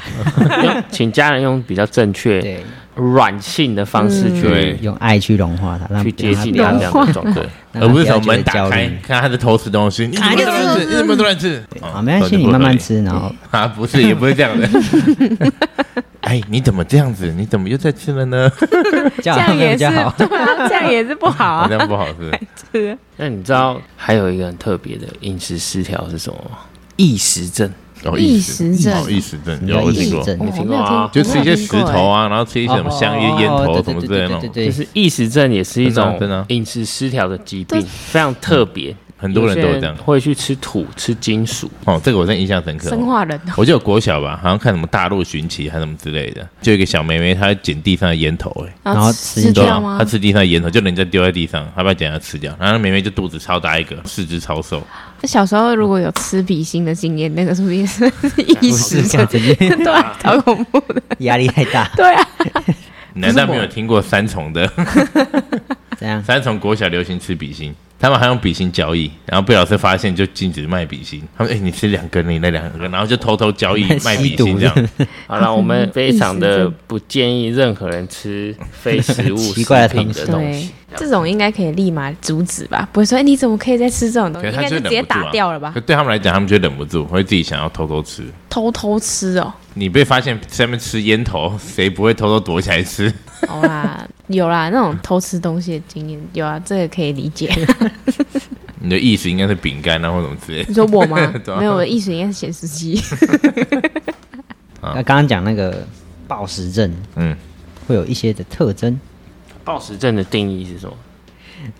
Speaker 4: 用请家人用比较正确、
Speaker 2: 对，
Speaker 4: 软性的方
Speaker 3: 嗯
Speaker 4: 式去
Speaker 1: 对
Speaker 2: 用爱去融化他，让
Speaker 4: 去接近他
Speaker 2: 让
Speaker 4: 这
Speaker 2: 他
Speaker 4: 样的状态。
Speaker 2: 让
Speaker 1: 而
Speaker 2: 他
Speaker 1: 不是
Speaker 2: 要
Speaker 1: 从
Speaker 2: 觉得
Speaker 1: 门打
Speaker 2: 焦
Speaker 1: 开
Speaker 2: 虑
Speaker 1: 看他在偷吃
Speaker 2: [LAUGHS]
Speaker 1: 东西，你怎么
Speaker 2: 啊
Speaker 1: 都乱吃？
Speaker 3: 就是
Speaker 1: 你怎么都乱吃？
Speaker 2: 好，没关系，你慢慢吃，然后
Speaker 1: [LAUGHS] 啊，不是，也不会这
Speaker 2: [LAUGHS]
Speaker 1: 样的。哎，你怎么这样子？你怎么又在吃了呢？
Speaker 2: 这
Speaker 3: 这
Speaker 2: 样
Speaker 3: 样
Speaker 2: [LAUGHS] 会
Speaker 3: 也
Speaker 2: 比
Speaker 3: 是
Speaker 2: 较好。
Speaker 3: [LAUGHS] 对啊，这样也是不好
Speaker 1: 好
Speaker 3: [LAUGHS] 啊。
Speaker 1: 像不好吃。
Speaker 2: [LAUGHS]
Speaker 3: 是
Speaker 4: 那你知道还有一个很特别的饮食失调是什么吗？异食症。
Speaker 1: 哦，
Speaker 3: 异
Speaker 1: 意
Speaker 3: 食症
Speaker 1: 哦，意食症，有
Speaker 2: 叫
Speaker 1: 我
Speaker 2: 异
Speaker 1: 听
Speaker 2: 食
Speaker 1: 过，
Speaker 2: 症
Speaker 4: 听过啊
Speaker 1: 就吃一些石头
Speaker 3: 啊。
Speaker 1: 啊，然后吃一些什么香烟、烟头什么之类的那种，
Speaker 2: 哎哦对对
Speaker 4: 就
Speaker 2: 对对对
Speaker 4: 是异食症也是一种
Speaker 1: 真的啊真的啊
Speaker 4: 饮食失调的疾病，
Speaker 3: 对
Speaker 4: 非常特别。
Speaker 1: 嗯很多人都有这样
Speaker 4: 些。会去吃土、吃金属。
Speaker 1: 哦，这个我真的印象深刻。
Speaker 3: 生化人啊
Speaker 1: 我记得我国小吧，好像看什么大陆寻奇还是什么之类的，就有一个小妹妹，她捡地上的烟头、哎，
Speaker 3: 然
Speaker 2: 然后吃
Speaker 3: 吃
Speaker 1: 对
Speaker 3: 掉
Speaker 1: 啊
Speaker 3: 吗，
Speaker 1: 她？吃地上的烟头，就人家丢在地上，她把捡她吃掉，然后那妹妹就肚子超大一个，四肢超瘦，
Speaker 3: 小时候如果有吃比心的经验，那个是不是也是异食症？ [LAUGHS] 对啊，超恐怖的。
Speaker 2: 压力太大，
Speaker 3: 对啊，
Speaker 1: 难道没有听过三重的？
Speaker 2: 这样
Speaker 1: 三重国小流行吃比心，他们还用比心交易，然后被老师发现就禁止卖比心。他们哎、你吃两根，你那两根，然后就偷偷交易卖比
Speaker 2: 吸毒
Speaker 1: 心这样。
Speaker 4: 好了，我们非常
Speaker 3: 异食
Speaker 4: 的
Speaker 3: 症
Speaker 4: 不建议任何人吃非食物
Speaker 2: 奇怪
Speaker 4: 食
Speaker 2: 的东
Speaker 4: 品
Speaker 2: 西
Speaker 4: 的东
Speaker 3: 对啊
Speaker 4: 西。，
Speaker 3: 这种应该可以立马阻止吧？不会说哎你怎么可以再吃这种东
Speaker 1: 可是
Speaker 3: 西？应
Speaker 1: 他
Speaker 3: 该
Speaker 1: 就
Speaker 3: 就
Speaker 1: 忍不
Speaker 3: 直接
Speaker 1: 住、啊、
Speaker 3: 打掉了吧
Speaker 1: 可？对他们来讲，他们就忍不住，会自己想要偷偷吃。
Speaker 3: 偷偷吃
Speaker 1: [LAUGHS]
Speaker 3: 哦。
Speaker 1: 你被发现在那边吃烟头，谁不会偷偷躲起来吃？
Speaker 3: 好啦，有啦，那种偷吃东西的经验有啊，这个可以理解。
Speaker 1: 你的意思应该是饼干啊，或什么之类的
Speaker 3: 你说我吗
Speaker 1: [LAUGHS] 对？啊
Speaker 3: 没有，我的意思应该是显示机。
Speaker 1: 啊
Speaker 2: 那刚刚讲那个暴食症，
Speaker 1: 嗯，
Speaker 2: 会有一些的特征。
Speaker 4: 暴食症的定义是什么？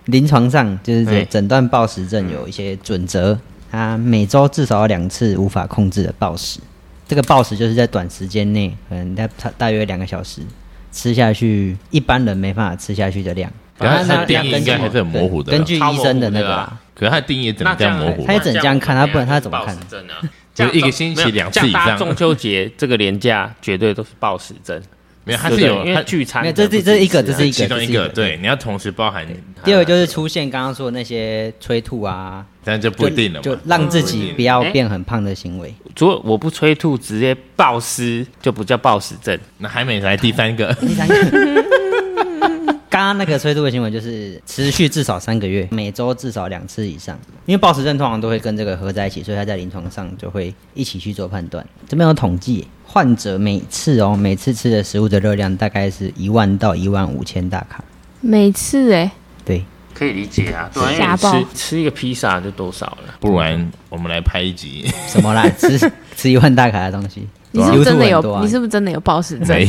Speaker 2: 临床上就是
Speaker 4: 对
Speaker 2: 诊诊断暴食症有一些准则，他每周至少有两次无法控制的暴食。这个暴食就是在短时间内，可能在大大约两个小时吃下去，一般人没办法吃下去的量。
Speaker 1: 然后
Speaker 2: 那
Speaker 1: 它
Speaker 2: 那
Speaker 1: 定义
Speaker 2: 那根
Speaker 1: 应该
Speaker 2: 据
Speaker 1: 还是很模糊的啦
Speaker 2: 根据医生的那个啊、
Speaker 1: 可是它的定义也只能这样模糊
Speaker 2: 那
Speaker 1: 吧
Speaker 2: 这样。只能看他不然他怎么看
Speaker 4: 暴食症啊？
Speaker 1: 就
Speaker 4: 这样
Speaker 1: 一个星期
Speaker 4: 没有
Speaker 1: 两次以上
Speaker 4: 这样大家中秋节这个连假绝对都是暴食症，
Speaker 1: 没有，它
Speaker 4: 对
Speaker 1: 是
Speaker 4: 不对
Speaker 1: 有
Speaker 4: 因
Speaker 1: 它
Speaker 4: 为聚餐
Speaker 2: 没
Speaker 4: 的
Speaker 2: 有
Speaker 4: 不
Speaker 2: 这
Speaker 4: 止次啊，
Speaker 2: 这这一个这是一
Speaker 1: 其中一
Speaker 2: 这是一
Speaker 1: 个
Speaker 2: 个
Speaker 1: 对，你要同时包含。
Speaker 2: 第二个就是，出现刚刚说的那些催吐啊，
Speaker 1: 但就不一定了嘛，
Speaker 2: 就就让自己不要
Speaker 4: 哎
Speaker 2: 变很胖的行为。
Speaker 4: 如果我不催吐，直接暴食就不叫暴食症。
Speaker 1: 那还没来第三个。
Speaker 2: 第三个，刚刚那个催吐的行为就是持续至少三个月，每周至少两次以上。因为暴食症通常都会跟这个合在一起，所以他在临床上就会一起去做判断。这边有统计，患者每次哦，每次吃的食物的热量大概是一万到一万五千大卡。
Speaker 3: 每次哎，
Speaker 2: 对，
Speaker 4: 可以理解啊，对啊，因为
Speaker 3: 吓
Speaker 4: 你
Speaker 3: 爆
Speaker 4: 吃吃一个披萨就多少了？
Speaker 1: 不然我们来拍一集，
Speaker 2: 什么啦？
Speaker 3: [LAUGHS]
Speaker 2: 吃吃一万大卡的东西，
Speaker 3: 你是不是真的
Speaker 2: 油吐很多
Speaker 3: 有？
Speaker 2: 啊
Speaker 3: 你是不是真的有暴食症
Speaker 1: 没？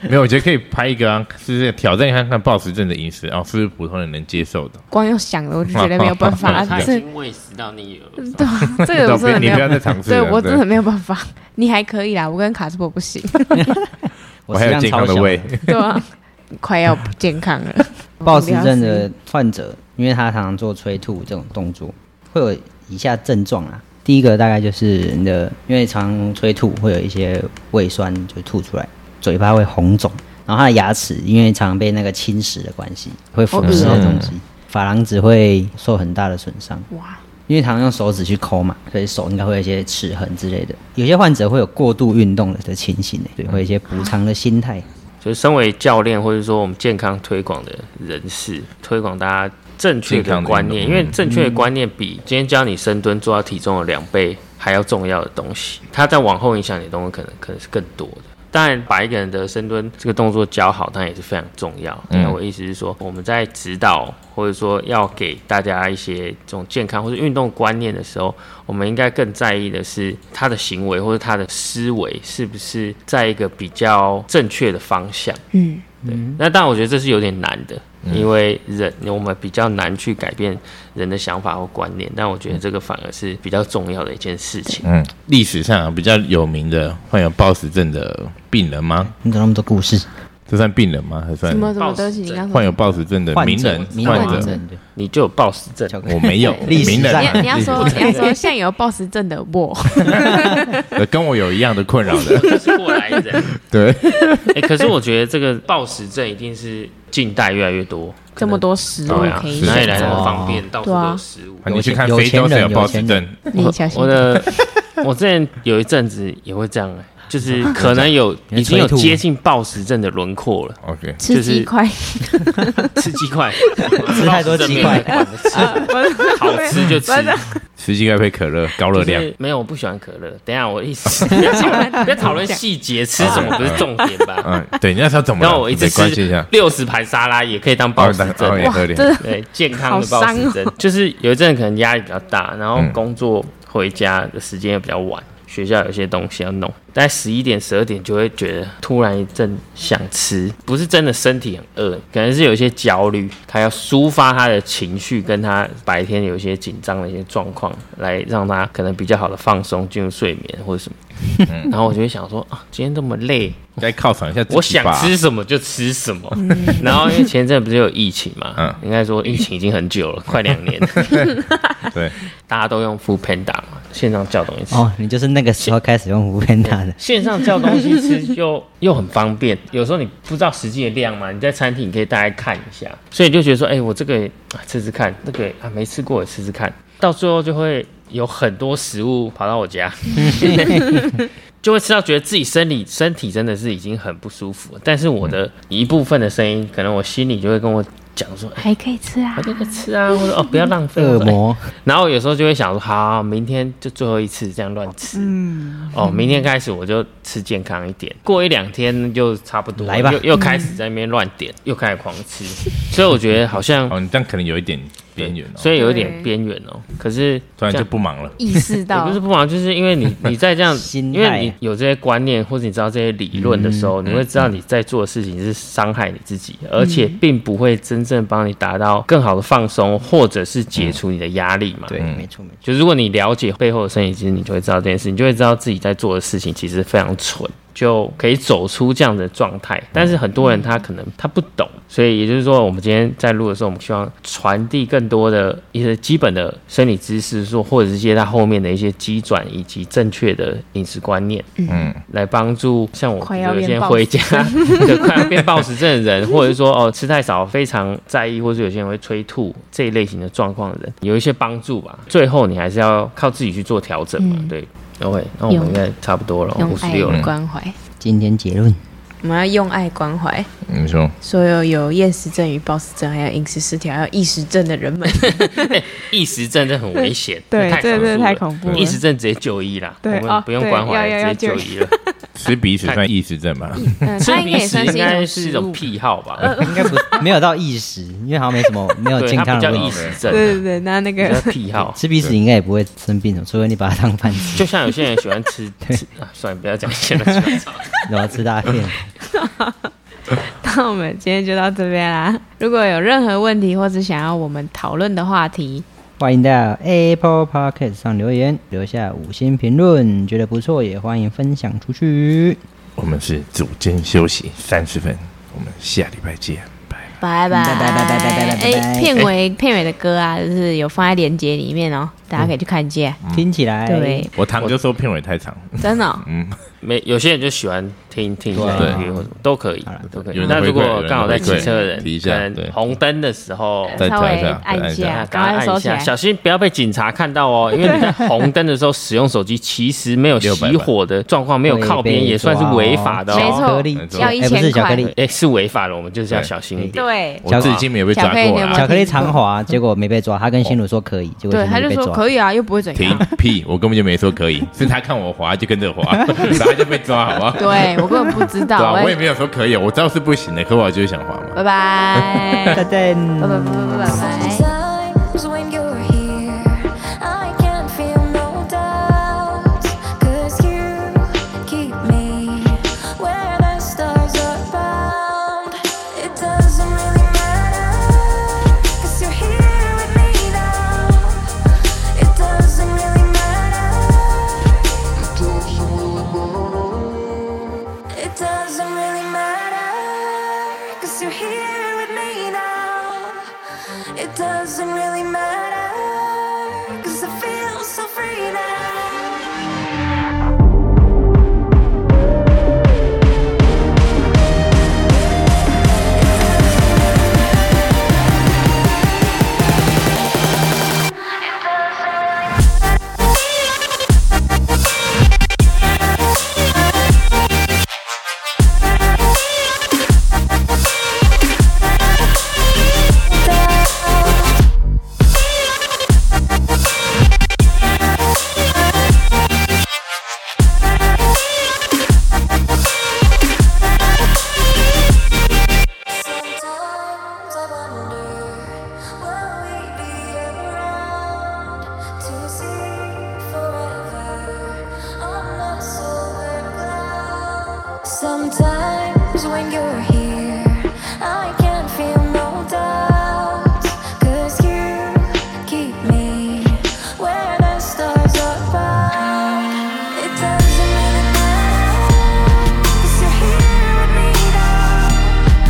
Speaker 1: 有没有，我觉得可以拍一个啊，是挑战看看暴食症的饮食啊，是不是普通人能接受的？
Speaker 3: 光用想的我就觉得没有
Speaker 4: [LAUGHS]
Speaker 3: 办法，
Speaker 1: 他
Speaker 4: 他已
Speaker 3: 这
Speaker 4: 经喂食到你有
Speaker 3: 对啊这个我真的没
Speaker 1: 你不要再
Speaker 3: 有办
Speaker 1: 尝
Speaker 3: 法，
Speaker 1: 试了
Speaker 3: 对我真
Speaker 1: 对
Speaker 3: 的没有办法。你还可以啦，我跟卡斯伯不行，
Speaker 1: 我还
Speaker 2: 食
Speaker 1: 有
Speaker 2: 量
Speaker 1: 健
Speaker 2: 超
Speaker 1: 康的
Speaker 2: 小
Speaker 1: 胃，
Speaker 3: 对啊，快要不健康
Speaker 4: [LAUGHS]
Speaker 3: 了。
Speaker 2: 暴食症的患者，因为他常常做催吐这种动作，会有以下症状啊。第一个大概就是你的，因为常催吐会有一些胃酸就吐出来，嘴巴会红肿，然后他的牙齿因为常被那个侵蚀的关系，会腐蚀的东西，珐琅质会受很大的损伤。
Speaker 3: 哇，
Speaker 2: 因为常用手指去抠嘛，所以手应该会有一些齿痕之类的。有些患者会有过度运动的情形欸，对，会有一些补偿的心态。
Speaker 4: 就是身为教练或者说我们健康推广的人士，推广大家正确
Speaker 1: 健
Speaker 4: 的
Speaker 1: 康的
Speaker 4: 观
Speaker 1: 运
Speaker 4: 念，
Speaker 1: 动
Speaker 4: 因为正确的观念比今天教你深蹲做到体重的两倍还要重要的东西，它在往后影响你的东西可能可能是更多的。当然，把一个人的深蹲这个动作教好，当然也是非常重要。
Speaker 1: 嗯
Speaker 4: 但我意思是说，我们在指导或者说要给大家一些这种健康或者运动观念的时候，我们应该更在意的是他的行为或者他的思维是不是在一个比较正确的方向。
Speaker 3: 嗯，
Speaker 4: 对，那但我觉得这是有点难的，因为人我们比较难去改变人的想法或观念，但我觉得这个反而是比较重要的一件事情。
Speaker 1: 嗯，历史上啊比较有名的患有暴食症的病人吗？
Speaker 2: 你怎么那么多故事？
Speaker 1: 这算病人吗？还算
Speaker 3: 什么什么
Speaker 4: 暴食
Speaker 3: 东西？你
Speaker 4: 症
Speaker 3: 刚
Speaker 1: 患
Speaker 3: 说
Speaker 1: 有暴食症的
Speaker 2: 患
Speaker 1: 名
Speaker 2: 者
Speaker 1: 人
Speaker 2: 名
Speaker 1: 患
Speaker 3: 患
Speaker 1: 者
Speaker 3: 者？
Speaker 2: 对，
Speaker 4: 你就有暴食症。
Speaker 2: 巧克力
Speaker 1: 我没 [LAUGHS] 有
Speaker 2: 历史
Speaker 1: 名人
Speaker 2: 上
Speaker 1: 啊，
Speaker 4: 哎
Speaker 3: 你要你要
Speaker 4: [LAUGHS]
Speaker 3: 说
Speaker 1: 历史
Speaker 3: 你要说像有 boss 症的我， [LAUGHS]
Speaker 1: 呃跟我有一样的困扰的，
Speaker 4: 是过来人，
Speaker 1: [LAUGHS]
Speaker 4: [LAUGHS]
Speaker 1: 对，
Speaker 4: 哎、可是我觉得这个暴食症一定是近代越来越多，
Speaker 3: [LAUGHS] 这么多食物
Speaker 4: 对啊
Speaker 3: 可以
Speaker 1: 是
Speaker 4: 哪里
Speaker 3: 选
Speaker 4: 来
Speaker 3: 择
Speaker 4: 的
Speaker 2: 哦，
Speaker 4: 方便，到处
Speaker 3: 对
Speaker 4: 都
Speaker 3: 啊
Speaker 4: 有食物。
Speaker 1: 你去看
Speaker 2: 有
Speaker 1: 非
Speaker 2: 钱
Speaker 1: 洲谁有
Speaker 2: 人
Speaker 1: 暴
Speaker 2: 有
Speaker 1: 食
Speaker 2: 钱
Speaker 1: 症？
Speaker 3: 你小心
Speaker 4: 我的， [LAUGHS] 我之前有一阵子也会这样、
Speaker 3: [LAUGHS]
Speaker 4: 哎，就是可能有
Speaker 2: 你是
Speaker 4: 已经有
Speaker 2: 催吐
Speaker 4: 接近暴食症的轮廓
Speaker 2: [LAUGHS]
Speaker 4: 了，
Speaker 1: OK，
Speaker 4: 就
Speaker 3: 吃
Speaker 4: 是
Speaker 3: 鸡
Speaker 4: [LAUGHS]
Speaker 3: 块，
Speaker 4: 吃鸡块，
Speaker 2: 吃太多鸡块
Speaker 4: 暴食症没有人管的吃 [LAUGHS] 好
Speaker 3: [LAUGHS]
Speaker 4: 吃就吃，
Speaker 1: 十几块配可乐，高热
Speaker 4: 就
Speaker 1: 量，
Speaker 4: 是没有，我不喜欢可乐。等一下我
Speaker 2: [LAUGHS]
Speaker 4: 一直不要讨论不要讨论细节，吃什
Speaker 2: 啊
Speaker 4: 么不是重点吧？
Speaker 1: 嗯，对，你 [LAUGHS] 那时候怎么
Speaker 4: 然
Speaker 1: 了？
Speaker 4: 后我一直
Speaker 1: 得关心一
Speaker 4: 吃
Speaker 1: 下，
Speaker 4: 六十盘沙拉也可以当暴食症
Speaker 1: 哦，也喝点，
Speaker 3: [LAUGHS] 真的
Speaker 4: 对健康的暴食
Speaker 3: 好
Speaker 4: 症，就是有一阵可能压力比较大，然后
Speaker 1: 嗯
Speaker 4: 工作回家的时间也比较晚，学校有些东西要弄，大概十一点十二点就会觉得突然一阵想吃，不是真的身体很饿，可能是有一些焦虑，他要抒发他的情绪，跟他白天有一些紧张的一些状况，来让他可能比较好的放松，进入睡眠或者什么。然后我就会想说啊，今天这么累，
Speaker 1: 该犒赏一下自己吧
Speaker 4: 我想吃什么就吃什么。 [LAUGHS] 然后因为前阵不是有疫情嘛，
Speaker 1: 嗯
Speaker 4: 应该说疫情已经很久了，快两年，
Speaker 1: [LAUGHS] 对，
Speaker 4: [LAUGHS] 大家都用 Food Panda 嘛，线上叫东西
Speaker 2: [LAUGHS]
Speaker 4: 吃。
Speaker 2: 哦，你就是那个时候开始用无片大的，
Speaker 4: 线上叫东西吃又又很方便，有时候你不知道实际的量嘛，你在餐厅你可以大概看一下，所以你就觉得说，哎、我这个啊吃吃看，那个啊没吃过也吃吃看，到最后就会有很多食物跑到我家，就会吃到觉得自己生理身体真的是已经很不舒服了，但是我的一部分的声音，可能我心里就会跟我讲说，哎、
Speaker 3: 还可以吃啊
Speaker 4: 我，这个吃啊，或者哦不要浪费，
Speaker 2: 恶
Speaker 4: 我说哎
Speaker 2: 魔
Speaker 4: 然后有时候就会想说，好，明天就最后一次这样乱吃。哦，明天开始我就吃健康一点，过一两天就差不多了，
Speaker 2: 来吧，
Speaker 4: 又又开始在那边乱点，又开始狂吃。所以我觉得好像，
Speaker 1: 哦，你这样可能有一点边缘哦，
Speaker 4: 所
Speaker 1: 以
Speaker 4: 以有一点边缘哦。可是
Speaker 1: 突然
Speaker 4: 这
Speaker 1: 就
Speaker 4: 样
Speaker 1: 不忙了，
Speaker 3: 意识
Speaker 4: [LAUGHS] 也
Speaker 3: 到
Speaker 4: 不是不忙，就是因为你你在这
Speaker 2: [LAUGHS]
Speaker 4: 样
Speaker 2: 心态嗯
Speaker 4: 因为你有这些观念或者你知道这些理论的时候，你会知道你在做的事情是伤害你自己，而且并不会真正帮你达到更好的放松，或者是解除你的压力嘛。
Speaker 2: 嗯对，没错没错，
Speaker 4: 就如果你了解背后的生理机制，你就会知道这件事，你就会知道自己在做的事情其实非常蠢，就可以走出这样的状态。但是很多人他可能他不懂，所以也就是说，我们今天在录的时候，我们希望传递更多的一些基本的生理知识，说或者是一些它后面的一些机转以及正确的饮食观念，
Speaker 1: 嗯，
Speaker 4: 来帮助像我
Speaker 3: 快要
Speaker 4: 有
Speaker 3: 变
Speaker 4: 些
Speaker 3: 暴
Speaker 4: 回
Speaker 3: 食
Speaker 4: 家 [LAUGHS] 对快要变暴食症的人，或者是说哦吃太少非常在意，或者有些人会催吐这一类型的状况的人，有一些帮助吧。最后你还是要靠自己去做调整嘛，
Speaker 3: 嗯
Speaker 4: 对。OK，那我们
Speaker 3: 用
Speaker 4: 应该差不多了，
Speaker 3: 用
Speaker 4: 五十六
Speaker 3: 爱
Speaker 2: 嗯
Speaker 4: 了。
Speaker 3: 关怀，
Speaker 2: 今天结论
Speaker 3: 我们要用爱关怀
Speaker 1: 你说
Speaker 3: 所有有厌食症与暴食症，还有饮食失调、还有意识症的人 [LAUGHS] 们。
Speaker 4: 意识症这很危险，
Speaker 3: 对
Speaker 4: 太
Speaker 3: 对对
Speaker 4: 恐怖
Speaker 3: 太
Speaker 4: 了
Speaker 3: 恐怖了
Speaker 4: 意识症直接就医啦，
Speaker 3: 对
Speaker 4: 我们
Speaker 3: 哦
Speaker 4: 不用
Speaker 3: 对
Speaker 4: 关怀
Speaker 3: 要要
Speaker 4: 了，
Speaker 3: 要
Speaker 4: 直接就
Speaker 3: 就 [LAUGHS]
Speaker 4: 医了。
Speaker 1: 吃鼻屎算意识症吧？
Speaker 3: 嗯，
Speaker 4: 吃
Speaker 3: 它应该也
Speaker 4: 鼻屎
Speaker 3: 算
Speaker 4: 应该
Speaker 3: 是
Speaker 4: 是
Speaker 3: 一种食
Speaker 4: 一种
Speaker 3: 物。
Speaker 4: 癖好吧？
Speaker 2: 应该不 [LAUGHS] 没有到意识，因为好像没什么没有
Speaker 4: 对，
Speaker 2: [LAUGHS] 健
Speaker 4: 它不
Speaker 2: 康
Speaker 4: 叫
Speaker 2: 的
Speaker 4: 意
Speaker 2: 问题。
Speaker 4: 识症
Speaker 3: 对
Speaker 4: 啊，
Speaker 3: 对对，那那
Speaker 4: 比
Speaker 3: 个
Speaker 4: 较
Speaker 2: [LAUGHS]
Speaker 4: 癖好。
Speaker 2: 吃鼻屎应该也不会生病的，除非你把它当饭吃，
Speaker 4: 就像有些人喜欢吃吃啊，算了，不要讲些了。
Speaker 2: 然后吃大
Speaker 4: [LAUGHS]
Speaker 2: 便。
Speaker 3: [LAUGHS] 那我们今天就到这边啦。如果有任何问题或是想要我们讨论的话题，
Speaker 2: 欢迎到 Apple Podcast 上留言，留下五星评论，觉得不错也欢迎分享出去。
Speaker 1: 我们是组间休息三十分，我们下礼拜见，拜。
Speaker 3: 拜拜
Speaker 2: 拜拜拜拜拜拜拜拜
Speaker 3: 哎，片尾片尾的歌啊，就是有放在链接里面哦，大家可以去看一下。
Speaker 4: 嗯
Speaker 2: 听起来，
Speaker 3: 对，
Speaker 1: 我堂哥说片尾太长，
Speaker 3: 真的哦
Speaker 1: 嗯，
Speaker 4: 没有些人就喜欢听听一下
Speaker 1: 对啊
Speaker 4: 音乐或什么都可以，都可
Speaker 1: 有
Speaker 4: 以。
Speaker 1: 人
Speaker 4: 那
Speaker 1: 回馈
Speaker 4: 如
Speaker 1: 有
Speaker 4: 果
Speaker 1: 人
Speaker 4: 刚好在
Speaker 1: 回馈
Speaker 4: 骑车的人，
Speaker 1: 提一下
Speaker 4: 可能
Speaker 1: 对
Speaker 4: 红灯的时候。
Speaker 1: 再
Speaker 3: 稍
Speaker 1: 调一
Speaker 3: 微
Speaker 1: 下
Speaker 3: 按
Speaker 1: 再
Speaker 3: 下
Speaker 1: 按，
Speaker 4: 赶快
Speaker 3: 啊赶快
Speaker 4: 按
Speaker 3: 收
Speaker 4: 一
Speaker 3: 起
Speaker 4: 下，
Speaker 3: 来。
Speaker 4: 小心不要被警察看到
Speaker 3: [LAUGHS]
Speaker 4: 哦！因为你在红灯的时候使用手机，其实没有熄火的状况，没有靠边，也算是违法的
Speaker 3: 没
Speaker 4: 哦。
Speaker 3: 错
Speaker 2: 巧克力
Speaker 1: 没错
Speaker 2: 哎
Speaker 3: 要一
Speaker 2: 不是
Speaker 3: 千
Speaker 2: 巧克
Speaker 3: 块
Speaker 2: 力，
Speaker 4: 哎，是违法的，我们就是要小心一点。
Speaker 3: 对
Speaker 1: 我至今没有被抓过啊
Speaker 3: 巧克力
Speaker 1: 啦
Speaker 2: 巧。克力长滑，结果没被抓。他跟心如说可以，结果
Speaker 3: 对，
Speaker 2: 心
Speaker 3: 他
Speaker 2: 如
Speaker 3: 就
Speaker 2: 被
Speaker 3: 说
Speaker 2: 抓。
Speaker 3: 可以啊，又不会
Speaker 1: [LAUGHS]
Speaker 3: 怎
Speaker 1: 停
Speaker 3: 样。
Speaker 1: 屁！我根本就没说可 [LAUGHS] 以，是他看我滑就跟着 [LAUGHS] 滑，然后就被抓，好不好？
Speaker 3: 对我根本不知
Speaker 1: 对啊
Speaker 3: 道，，
Speaker 1: 我也没有说可以，我知道是不行的，可我就是想滑嘛。
Speaker 3: 拜拜，
Speaker 2: [LAUGHS] 再见。
Speaker 3: 拜拜拜拜拜拜。
Speaker 5: Sometimes when you're here, I can feel no doubt. Cause you keep me where the stars are bound. It doesn't really matter, cause you're here with me now. It doesn't really matter. It doesn't really matter. Sometimes when you're here, I can feel no doubt. Cause you keep me where the stars are bright. It doesn't really matter, cause you're here with me now.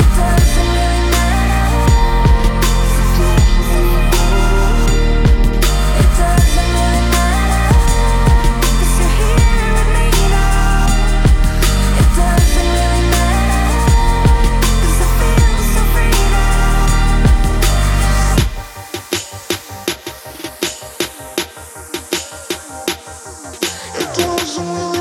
Speaker 5: It doesn't really matter, so please let me go. It doesn't really matter, cause you're here with me now. It doesn't really matter, cause I feel so free now. It doesn't really